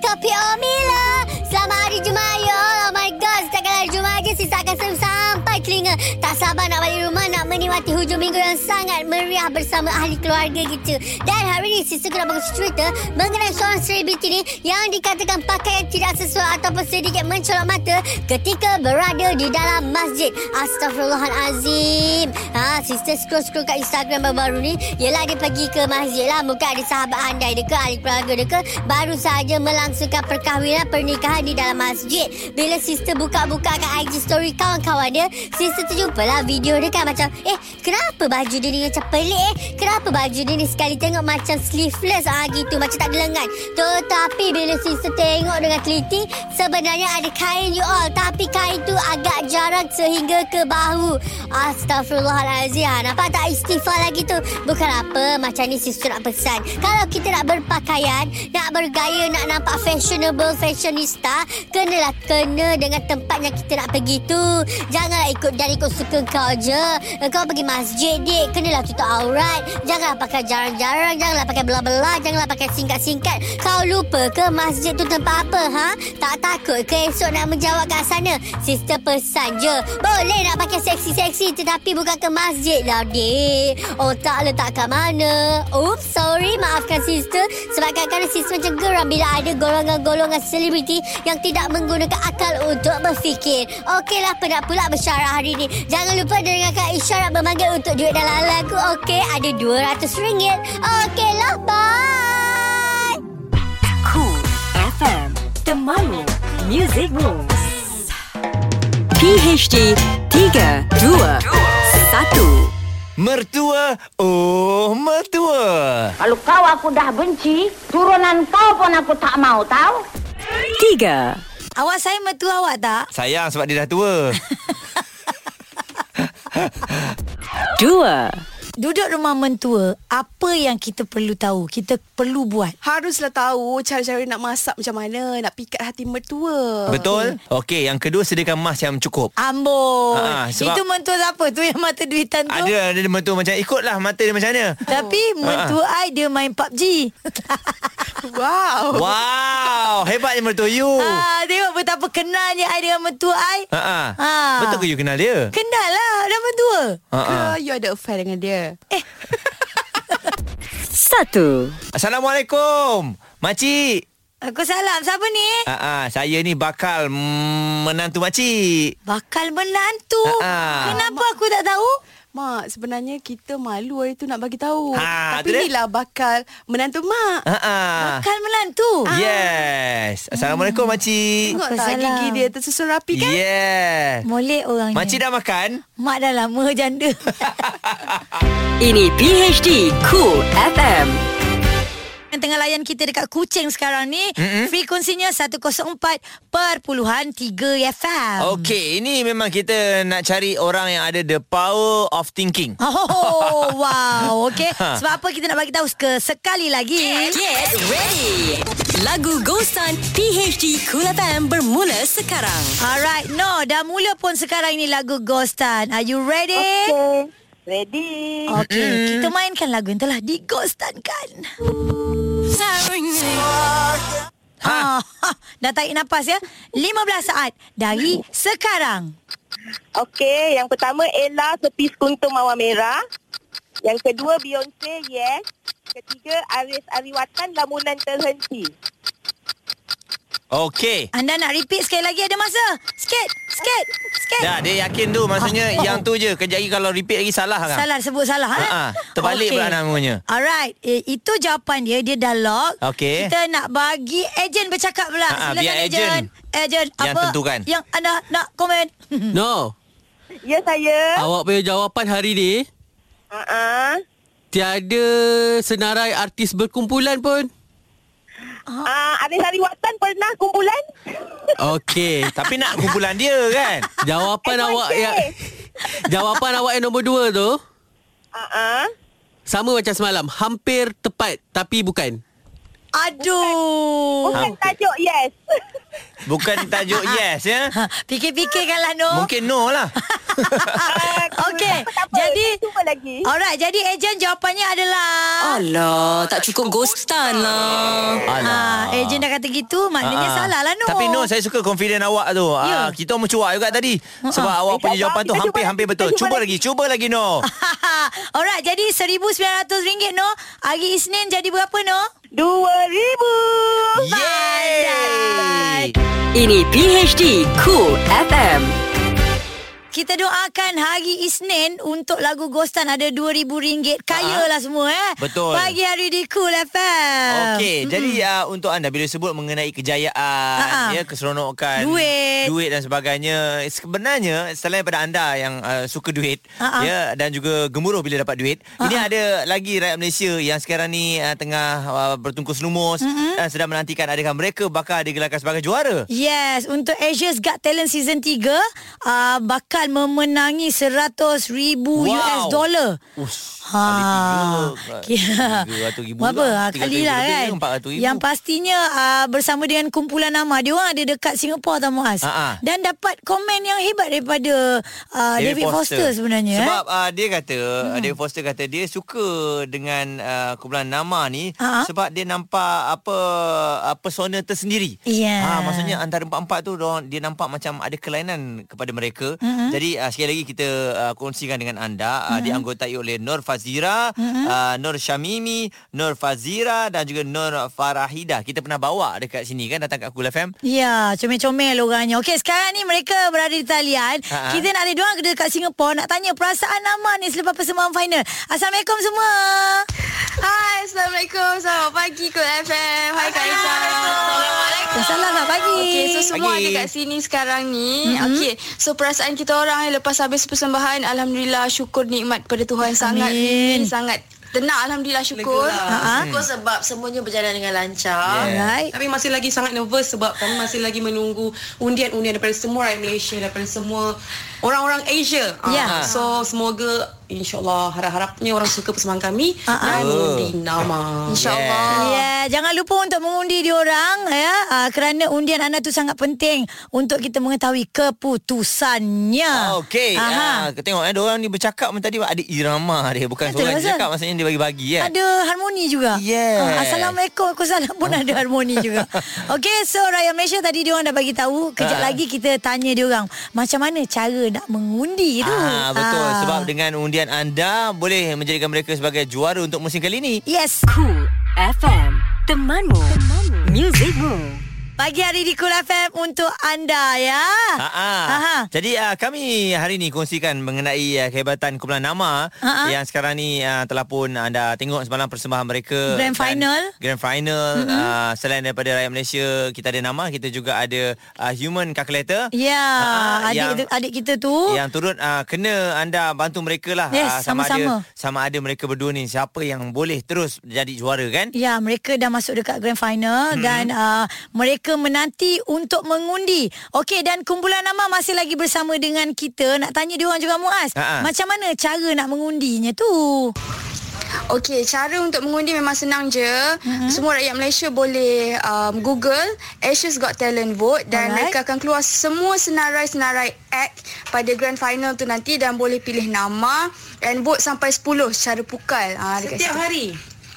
Kopi Omila. Selamat hari Jumaya. Oh my God. Setakat hari Jumaat je sisa akan seru sampai telinga. Tak sabar nak balik rumah nak menikmati hujung minggu yang sangat meriah bersama ahli keluarga kita. Dan hari ini sisa kena bagus cerita mengenai seorang selebriti ni yang dikatakan pakaian tidak sesuai ataupun sedikit mencolok mata ketika berada di dalam masjid. Astaghfirullahalazim. Ha, sister scroll-scroll kat Instagram baru-baru ni ialah dia pergi ke masjid lah. Mungkin ada sahabat andai dia ke ahli keluarga dia ke baru saja melangsungkan perkahwinan pernikahan di dalam masjid. Bila sister buka-buka kat IG story kawan-kawan dia, si Sentiasa terjumpalah video dia kan Macam eh kenapa baju dia ni macam pelik eh Kenapa baju dia ni sekali tengok macam sleeveless ah gitu Macam tak ada lengan Tetapi bila sister tengok dengan teliti Sebenarnya ada kain you all Tapi kain tu agak jarang sehingga ke bahu Astaghfirullahalazim ah, Nampak tak istighfar lagi tu Bukan apa macam ni sister nak pesan Kalau kita nak berpakaian Nak bergaya nak nampak fashionable fashionista Kenalah kena dengan tempat yang kita nak pergi tu Janganlah ikut dan ikut suka kau je Kau pergi masjid dik Kenalah tutup aurat Janganlah pakai jarang-jarang Janganlah pakai belah-belah Janganlah pakai singkat-singkat Kau lupa ke masjid tu tempat apa ha? Tak takut ke esok nak menjawab kat sana Sister pesan je Boleh nak pakai seksi-seksi Tetapi bukan ke masjid lah dik Otak letak kat mana Oops sorry maafkan sister Sebab kadang-kadang sister macam geram Bila ada golongan-golongan selebriti Yang tidak menggunakan akal untuk berfikir Okeylah penat pula bersyarah hari ni Jangan lupa dengarkan isyarat memanggil Untuk duit dalam lagu Okey ada RM200 Okeylah bye
Cool FM Temanmu Music Moves PHD 3 2 1
Mertua, oh mertua.
Kalau kau aku dah benci, turunan kau pun aku tak mau tahu.
3
Awak saya mertua awak tak?
Sayang sebab dia dah tua.
2
Duduk rumah mentua, apa yang kita perlu tahu? Kita perlu buat.
Haruslah tahu cara-cara nak masak macam mana, nak pikat hati
Oh,
mertua.
Betul? Okey, yang kedua sediakan emas yang cukup.
Ambon.
Ah, ah, sebab-
Itu mentua siapa? Tu yang mata duitan tu.
Ada Ah, ada mentua macam ikutlah mata dia macam mana.
Tapi mentua I dia main PUBG.
(laughs) Wow.
Wow, hebatnya mertua you.
Oh. ah, tengok betapa kenalnya I dengan mentua I.
Ha ah.
Ah.
Betul ke you kenal dia?
Kenal lah dah mentua. Eh,
Ha
Ke
ah.
you ada affair dengan dia?
1
Assalamualaikum. Makcik.
Aku salam. Siapa ni?
Ha ah, saya ni bakal mm, menantu makcik.
Bakal menantu.
Ah.
Kenapa aku tak tahu?
Mak, sebenarnya kita malu hari tu nak bagi tahu.
Ha, tu
Tapi
dia.
inilah bakal menantu mak. Ah,
Ha ah.
Bakal Ah. menantu.
Yes. Assalamualaikum makcik.
Tengok
Apa
tak
salah?
gigi dia tersusun rapi kan?
Yeah.
lah, Molek orangnya.
Makcik dah makan?
Mak dah lama janda. (laughs)
Ini PHD Cool FM
yang tengah layan kita dekat Kuching sekarang ni mm-hmm. frekuensinya 104.3 FM.
Okey, ini memang kita nak cari orang yang ada the power of thinking. (laughs)
Oh wow Okay
Ha.
Sebab apa kita nak bagi tahu ke Sekali lagi
Get ready Lagu Ghostan PHD Cool FM bermula sekarang
Alright No Dah mula pun sekarang ini Lagu Ghostan Are you ready?
Ready?
Okay mm. Kita mainkan lagu yang telah dighostankan ha. (laughs) ha. Dah tarik nafas ya 15 saat Dari sekarang
Okey, yang pertama Ella tepi sekuntum mawar merah. Yang kedua Beyonce, yes. Ketiga Aris Ariwatan lamunan terhenti.
Okey.
Anda nak repeat sekali lagi Ada masa Sikit Sikit Sikit
Dah, dia yakin tu maksudnya
Ah, oh.
yang tu je. Kejap lagi kalau repeat lagi salah kan?
Salah sebut salah eh?
Ha, ha. Terbalik pula namanya.
Alright eh, Itu jawapan dia Dia dah lock
Okey.
Kita nak bagi ejen bercakap pula
Ha, ha,
Silakan
biar ejen.
ejen Ejen
Yang
apa
tentukan.
Yang anda nak komen
No,
(laughs) Ya saya.
awak punya jawapan hari ni
Ha ah.
tiada senarai artis berkumpulan pun.
Ah, Aris Ariwatan pernah kumpulan?
Okey,
(laughs) Tapi nak kumpulan dia kan?
jawapan awak yang (laughs) jawapan awak yang nombor dua tu
Ha ah.
sama macam semalam, hampir tepat tapi bukan.
Aduh
Bukan tajuk yes.
Bukan
(laughs)
tajuk yes ya.
ha, (laughs) Fikir-fikirkanlah No
Oh.
Mungkin no lah.
Okey
Tak (laughs) apa,
Jadi
tak cuba lagi.
Alright Jadi ejen jawapannya adalah
Alah tak cukup Ghostan lah
Ah,
Ha,
eh,
ejen dah kata gitu Maknanya
Ah.
salah lah No
Tapi no, saya suka confident awak tu.
Ya. Ah,
Yeah. kita mencuak juga tadi. Sebab awak
Eh,
punya
tak
jawapan
apa,
tu
kita cuba
hampir-hampir
lagi,
betul.
kita cuba
Cuba
lagi.
lagi, cuba lagi
(laughs)
no.
(laughs) Alright Jadi RM1,900 no Hari Isnin jadi berapa no?
Dua ribu.
Yeay!
Ini PHD Cool FM
Kita doakan hari Isnin untuk lagu Ghostan ada RM2,000. Kaya lah semua eh.
Betul.
Pagi hari di Cool FM.
Okey, mm-hmm. jadi uh, untuk anda bila sebut mengenai kejayaan,
Ha-ha.
ya
Ah,
keseronokan,
Duit.
duit dan sebagainya, sebenarnya selain daripada anda yang uh, suka duit,
Ha-ha.
ya dan juga gemuruh bila dapat duit,
Ah,
ini ada lagi rakyat Malaysia yang sekarang ni uh, tengah uh, bertungkus lumus mm-hmm. dan sedang menantikan adakah mereka bakal digelarkan sebagai juara.
Yes, untuk Asia's Got Talent Season 3 uh, bakal memenangi 100 ribu
Wow.
US dollar.
Ush,
Ha. (laughs)
kali tiga,
Ya.
tiga ratus ribu
Berapa?
lah.
Ha,
Tiga
kali
ratus
lah
ribu
kan.
lebih ke empat ratus ribu?
Yang pastinya uh, bersama dengan kumpulan nama. Dia orang ada dekat Singapura tau Muaz.
Ha, ha.
Dan dapat komen yang hebat daripada uh, David, Foster. sebenarnya.
Sebab
eh.
uh, dia kata hmm. David Foster kata dia suka dengan uh, kumpulan Nama ni
Ha?
sebab dia nampak apa uh, persona tersendiri.
Ya.
Ah maksudnya antara empat-empat tu dorang, dia nampak macam ada kelainan kepada mereka.
Hmm.
Mm-hmm. Jadi uh, sekali lagi kita uh, kongsikan dengan anda uh, mm-hmm. dianggotai oleh Nur Fazira,
Hmm.
mm-hmm. uh, Nur Syamimi, Nur Fazira dan juga Nur Farahida. Kita pernah bawa dekat sini kan datang kat Kul FM.
Ya, comel-comel orangnya. Okey, sekarang ni mereka berada di talian.
Ha, ha.
Kita nak ada diorang dekat Singapura nak tanya perasaan nama ni selepas persembahan final. Assalamualaikum semua.
Hai, Assalamualaikum. Selamat pagi Kul FM. Hai Kak Aisyah. Assalamualaikum.
Assalamualaikum. Pagi.
Okey, so semua
Pagi.
ada kat sini sekarang ni. Mm-hmm. Okey, so perasaan kita orang eh, lepas habis persembahan, Alhamdulillah syukur nikmat pada Tuhan sangat.
Amin. Ha,
Sangat tenang Alhamdulillah syukur.
Ha-ha.
Syukur sebab semuanya berjalan dengan lancar.
Yeah.
Alright.
Kami masih lagi sangat nervous sebab kami masih lagi menunggu undian-undian daripada semua rakyat Malaysia, daripada semua orang-orang Asia. Ah,
Ya.
so semoga insyaAllah harap-harapnya orang suka persembahan kami
Ah, ah.
dan
Oh.
undi nama.
InsyaAllah.
Ah.
Ya, yeah, jangan lupa untuk mengundi diorang ya uh, kerana undian anda tu sangat penting untuk kita mengetahui keputusannya.
Okey. Ah,
Aha.
tengok eh orang ni bercakap macam tadi ada irama dia bukan
Betul,
seorang
Azan.
cakap maksudnya dia bagi-bagi kan.
Ada harmoni juga.
Yes.
Ah, Assalamualaikum. Aku salam pun
(laughs)
ada harmoni juga. Okey, so rakyat Malaysia tadi diorang dah bagi tahu. Kejap
Ah.
lagi kita tanya diorang macam mana cara nak mengundi tu.
Ah betul ah. sebab dengan undian anda boleh menjadikan mereka sebagai juara untuk musim kali ini.
Yes.
Cool FM. Temanmu. Temanmu. Musicmu.
Pagi hari di Kul FM untuk anda ya.
Ha
Aha.
ah. Jadi uh, kami hari ini kongsikan mengenai uh, kehebatan kumpulan nama
Ha-ha.
yang sekarang ni uh, telah pun anda tengok semalam persembahan mereka
Grand
dan
final.
Grand final mm-hmm. uh, selain daripada rakyat Malaysia kita ada nama kita juga ada uh, human calculator.
Ya, adik
Ah, yang-
tu- adik kita tu.
yang turut uh, kena anda bantu mereka
Oh.
lah
Yes,
Ah, sama
sama-sama.
ada sama ada mereka berdua ni siapa yang boleh terus jadi juara kan
Ya, mereka dah masuk dekat grand final hmm.
Mm-hmm.
dan uh, mereka menanti untuk mengundi. Okey, dan kumpulan nama masih lagi bersama dengan kita. Nak tanya diorang juga Muaz,
Ha-ha.
macam mana cara nak mengundinya tu?
Okey, cara untuk mengundi memang senang je. Mm-hmm. Semua rakyat Malaysia boleh um, Google Asia's Got Talent Vote dan
Alright.
Alright. mereka akan keluar semua senarai-senarai act pada grand final tu nanti dan boleh pilih nama and vote sampai 10 secara pukal. Ah dekat
Setiap
situ.
hari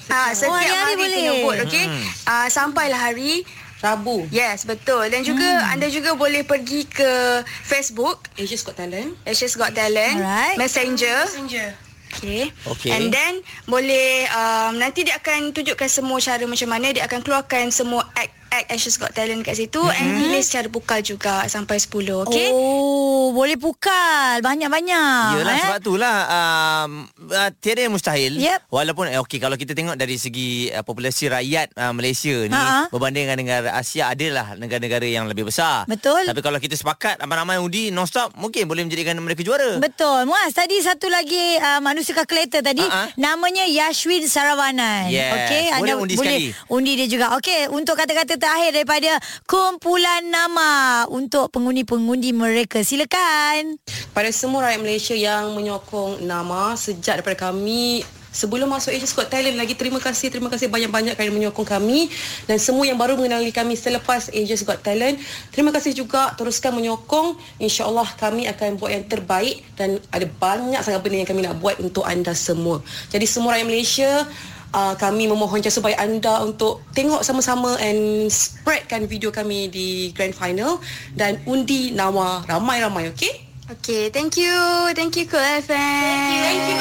Ah setiap
hari
hari,
boleh.
kena vote, okey? Ah sampailah hari
Rabu
Yes, betul. Dan juga hmm. anda juga boleh pergi ke Facebook
Asia's Got Talent.
Asia's Got Talent
Alright.
Messenger
Messenger.
Okay.
Okey.
And then boleh um, nanti dia akan tunjukkan semua cara macam mana dia akan keluarkan semua act act Asia's Got Talent kat situ mm-hmm. and pilih secara pukal juga sampai 10, okay?
Oh, boleh pukal banyak-banyak.
Yelah
eh?
sebab itulah um, uh, tiada yang mustahil
Yep.
walaupun eh, okey kalau kita tengok dari segi uh, populasi rakyat uh, Malaysia ni
Ha-ha.
berbanding dengan negara Asia adalah negara-negara yang lebih besar.
Betul.
Tapi kalau kita sepakat ramai-ramai undi non-stop mungkin boleh menjadikan mereka juara.
Betul. Muaz, tadi satu lagi uh, manusia kalkulator tadi
Ha-ha.
uh-huh. namanya Yashwin Saravanan.
Ha, Yes.
Okey,
Boleh
anda
undi
boleh
sekali.
undi dia juga. Okey, untuk kata-kata terakhir daripada kumpulan nama untuk pengundi-pengundi mereka. Silakan.
Pada semua rakyat Malaysia yang menyokong nama sejak daripada kami sebelum masuk Asia Scott Thailand lagi terima kasih terima kasih banyak-banyak kerana menyokong kami dan semua yang baru mengenali kami selepas Asia Scott Thailand terima kasih juga teruskan menyokong insyaallah kami akan buat yang terbaik dan ada banyak sangat benda yang kami nak buat untuk anda semua jadi semua rakyat Malaysia Uh, kami memohon jasa baik anda untuk tengok sama-sama and spreadkan video kami di grand final dan undi nama ramai-ramai okey
Okay, thank you. Thank you Cool FM. Thank you. Thank you.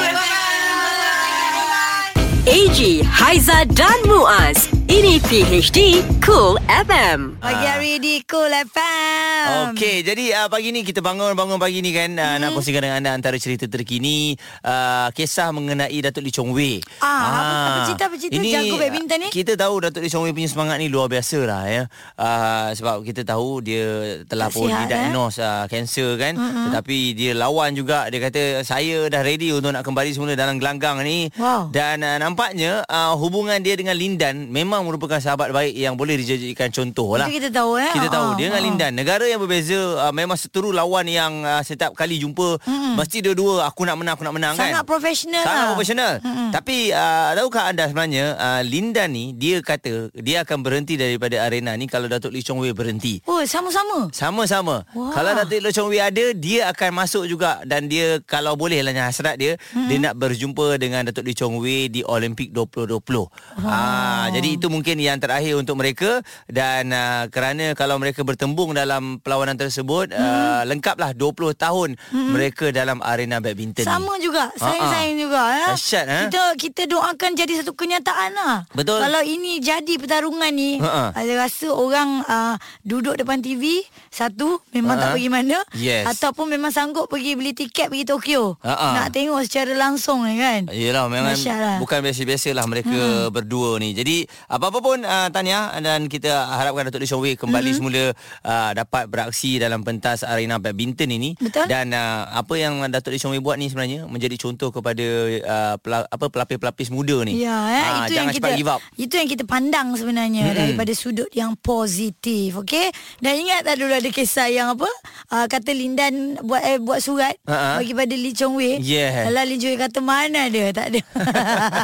Bye-bye.
AG, Haiza dan Muaz. Ini PHD Cool FM.
Pagi hari di Cool FM.
Okey, jadi uh, pagi ni kita bangun-bangun pagi ni kan
Mm-hmm.
uh, nak kongsikan dengan anda antara cerita terkini uh, kisah mengenai Datuk Lee Chong Wei.
Ah, apa- apa cerita- apa cerita
Ini,
jago badminton ni?
uh, Kita tahu Datuk Lee Chong Wei punya semangat ni luar biasa lah ya. Uh, sebab kita tahu dia telah
Tak
pun
sihat, eh?
didiagnose uh, kanser kan.
Mm-mm.
Tetapi dia lawan juga dia kata saya dah ready untuk nak kembali semula dalam gelanggang ni.
Wow.
Dan uh, nampaknya uh, hubungan dia dengan Lindan memang merupakan sahabat baik yang boleh dijadikan contoh lah.
Itu kita tahu eh.
Kita tahu
Ah,
dia dengan
ah.
Lindan negara yang berbeza uh, memang seteru lawan yang uh, setiap kali jumpa
Mm-mm.
mesti dua-dua aku nak menang aku nak menang
Sangat
kan.
profesional
Sangat
lah.
profesional.
Mm-mm.
Tapi uh, tahukah anda sebenarnya uh, Lindan ni dia kata dia akan berhenti daripada arena ni kalau Datuk Lee Chong Wei berhenti.
Oh, sama-sama.
Sama-sama.
Wah.
Kalau Datuk Lee Chong Wei ada, dia akan masuk juga dan dia kalau boleh lah hasrat dia, dia nak berjumpa dengan Datuk Lee Chong Wei di Olimpik 2020. Ah, jadi itu mungkin yang terakhir untuk mereka dan ah, kerana kalau mereka bertembung dalam perlawanan tersebut, ah, lengkaplah 20 tahun mereka dalam arena badminton. ni.
Sama juga. Sayang-sayang
Ah, ah.
juga ya.
Dahsyat, eh?
Kita kita doakan jadi satu kenyataan lah.
Betul.
Kalau ini jadi pertarungan ni,
Ha, ha.
saya rasa orang uh, duduk depan TV satu memang
Ha,
tak
ha.
pergi mana
Yes.
ataupun memang sanggup pergi beli tiket pergi Tokyo.
Ha, Ya, ha.
Nak tengok secara langsung ni kan.
Yelah memang
Dahsyat lah.
bukan biasa-biasalah mereka hmm. berdua ni. Jadi apa-apa pun uh, Tania dan kita harapkan Datuk Lee Chong Wei kembali hmm. semula uh, dapat beraksi dalam pentas arena badminton ini
Betul.
dan uh, apa yang Datuk Lee Chong Wei buat ni sebenarnya menjadi contoh kepada uh, pela- apa pelapis-pelapis muda ni.
Ya, eh,
Ah,
itu yang
jangan
kita
cepat give up.
itu yang kita pandang sebenarnya
Mm-mm.
daripada sudut yang positif, okey? Dan ingat tak dulu ada kisah yang apa? Uh, kata Lindan buat eh, buat surat
Ha, ha.
bagi pada Lee Chong Wei.
Yeah.
Alah Lee Chong Wei kata mana ada? Tak ada. (laughs)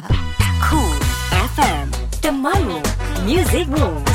Cool FM. Temanmu. Music Rules.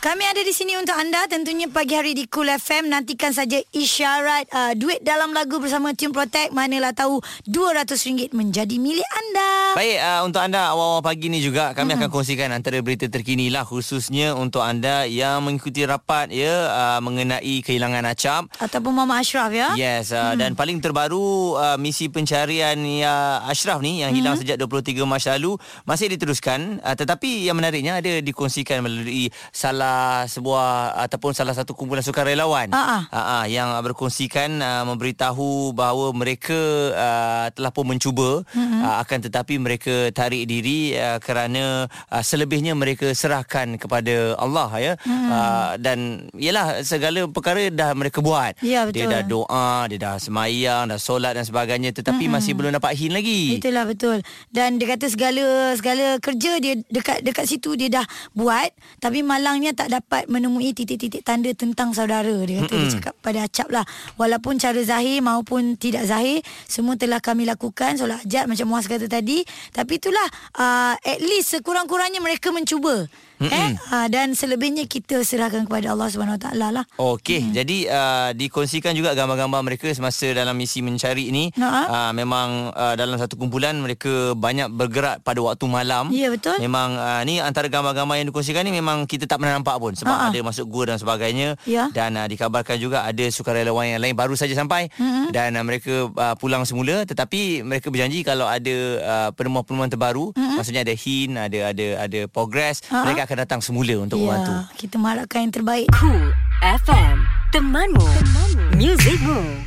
Kami ada di sini untuk anda tentunya pagi hari di Cool FM nantikan saja isyarat uh, duit dalam lagu bersama Tune Protect manalah tahu RM200 menjadi milik anda.
Baik, uh, untuk anda awal-awal pagi ni juga kami
Hmm.
akan kongsikan antara berita terkini lah khususnya untuk anda yang mengikuti rapat ya uh, mengenai kehilangan acap.
Ataupun Mama Ashraf ya.
Yes, uh, hmm. dan paling terbaru uh, misi pencarian ya Ashraf ni
Hmm.
yang hilang sejak 23 Mac lalu masih diteruskan uh, tetapi yang menariknya ada dikongsikan melalui salah sebuah ataupun salah satu kumpulan sukarelawan
Ah, ah.
uh, yang berkongsikan uh, memberitahu bahawa mereka uh, telah pun mencuba hmm. uh, akan tetapi mereka tarik diri uh, kerana uh, selebihnya mereka serahkan kepada Allah ya hmm. uh, dan ialah segala perkara dah mereka buat
Ya, betul.
dia dah doa, dia dah semayang, dah solat dan sebagainya tetapi mm-hmm. masih belum dapat hin lagi.
Itulah betul. Dan dia kata segala segala kerja dia dekat dekat situ dia dah buat tapi malangnya tak dapat menemui titik-titik tanda tentang saudara. Dia kata mm dia cakap pada Acap lah. Walaupun cara zahir maupun tidak zahir semua telah kami lakukan solat hajat macam Muaz kata tadi tapi itulah uh, at least sekurang-kurangnya mereka mencuba. Mm-mm. Eh uh, dan selebihnya kita serahkan kepada Allah Subhanahu Wa Taala lah.
Okey, hmm. jadi uh, dikongsikan juga gambar-gambar mereka semasa dalam misi mencari ini.
Ha.
Uh, memang uh, dalam satu kumpulan mereka banyak bergerak pada waktu malam.
Ya, betul.
Memang uh, ni antara gambar-gambar yang dikongsikan ni memang kita tak pernah nampak pun sebab
Ha, ha.
ada masuk gua dan sebagainya
Ya.
dan uh, dikabarkan juga ada sukarelawan yang lain baru saja sampai
Mm-mm.
dan uh, mereka uh, pulang semula tetapi mereka berjanji kalau ada uh, penemuan-penemuan terbaru
Hmm.
maksudnya ada hin, ada ada ada progress,
Ha, ha.
mereka akan datang semula untuk membantu.
Ya, kita mengharapkan yang terbaik.
Cool FM. Temanmu. Temanmu. Music Room.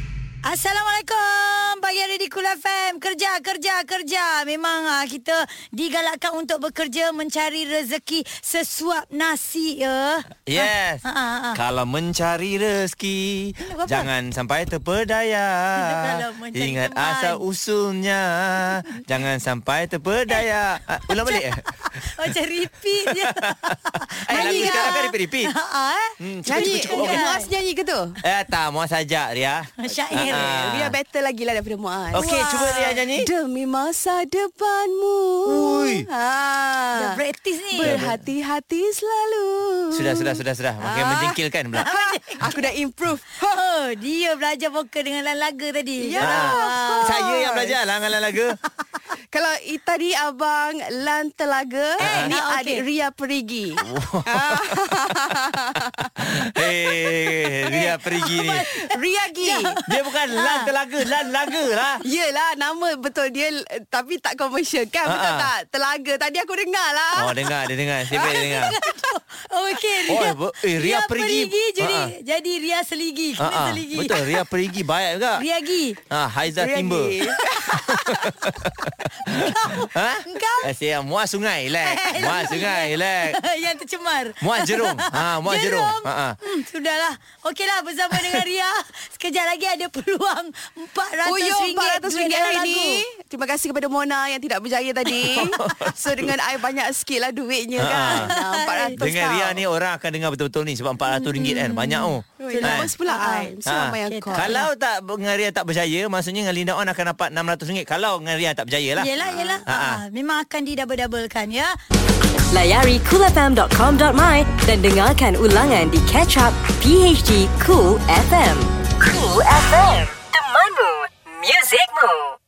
Assalamualaikum Pagi hari di Kul FM Kerja, kerja, kerja Memang ah, kita digalakkan untuk bekerja Mencari rezeki sesuap nasi ya
Yes.
Ah, ah, ah.
Kalau mencari rezeki
Apa-apa?
jangan sampai terpedaya.
(laughs) Kalau mencari
Ingat
teman.
asal usulnya.
(laughs)
jangan sampai terpedaya. Ah, ulang balik. eh?
Macam repeat
(laughs)
je
Eh, lagu
Nyanyi
sekarang
ke?
kan
(laughs)
repeat-repeat.
Ah, ah, eh?
Hmm, cukup,
Nyanyi,
cukup, cukup. Okey.
Muaz
nyanyi ke tu?
Eh, tak, mau saja Ria.
(laughs) Syair
Ah.
Dia better lagi lah daripada Muaz.
Okey, cuba Ria nyanyi.
Eh?
Demi masa depanmu.
Ui.
Ya.
Dah
Ha.
Praktis Ah, ni
Berhati-hati selalu.
Sudah, sudah, sudah, sudah. Makin
Ah.
menjengkelkan pula.
Aku dah (laughs) improve.
Oh, dia belajar vokal dengan lagu tadi
Ya.
Ah,
of course.
(laughs)
Saya yang belajar lah dengan lagu. (laughs)
Kalau i- tadi abang Lan Telaga,
Eh,
ni
ah,
adik Ria
(laughs)
Perigi.
(laughs) Eh, Ria pergi ni.
Ria Gi.
Ya.
Dia bukan Lan Telaga, Lan Laga lah.
Yelah, nama betul dia eh, tapi tak komersial kan? Betul
Ah, ah.
tak? Telaga. Tadi aku dengar
Ya.
lah.
Oh, dengar, dia dengar. Sibuk dia dengar.
Okey,
Oh,
Ria.
ber- eh, Ria perigi.
jadi
Ha, ha.
jadi Ria seligi, kena
Ah, ah.
seligi.
Betul, Ria pergi baik juga.
Ria gi. (laughs)
Ah, Haiza
Ria
Timber.
gi.
Ha?
Engkau?
Eh, saya muas sungai, relax.
Eh,
Muas sungai, relax.
Yang tercemar.
Muat
(laughs)
jerung. Ha, muat jerung. Ha, ha.
Hmm, sudahlah. Okeylah bersama dengan Ria. Sekejap lagi ada peluang RM400
Puyuh RM400
duit dalam
hari
lagu.
ni Terima kasih kepada Mona Yang tidak berjaya
(laughs)
tadi So dengan I banyak sikit lah
Ya
duitnya kan
Ha,
ah, RM400
Dengan Ha, Ria ni orang akan dengar betul-betul ni sebab RM400 ringgit kan. Banyak oh.
Lama sebelah
Ah,
I
Ha.
Semua yang kau
Kalau tak dengan Ria tak berjaya Maksudnya dengan Linda On akan dapat RM600 Kalau dengan Ria tak berjaya lah
Yelah, yelah.
ha. ha.
Ha, memang akan didouble-doublekan ya.
Layari coolfm.com.my dan dengarkan ulangan di Catch Up PHD Cool FM. Cool FM. Temanmu. Muzikmu.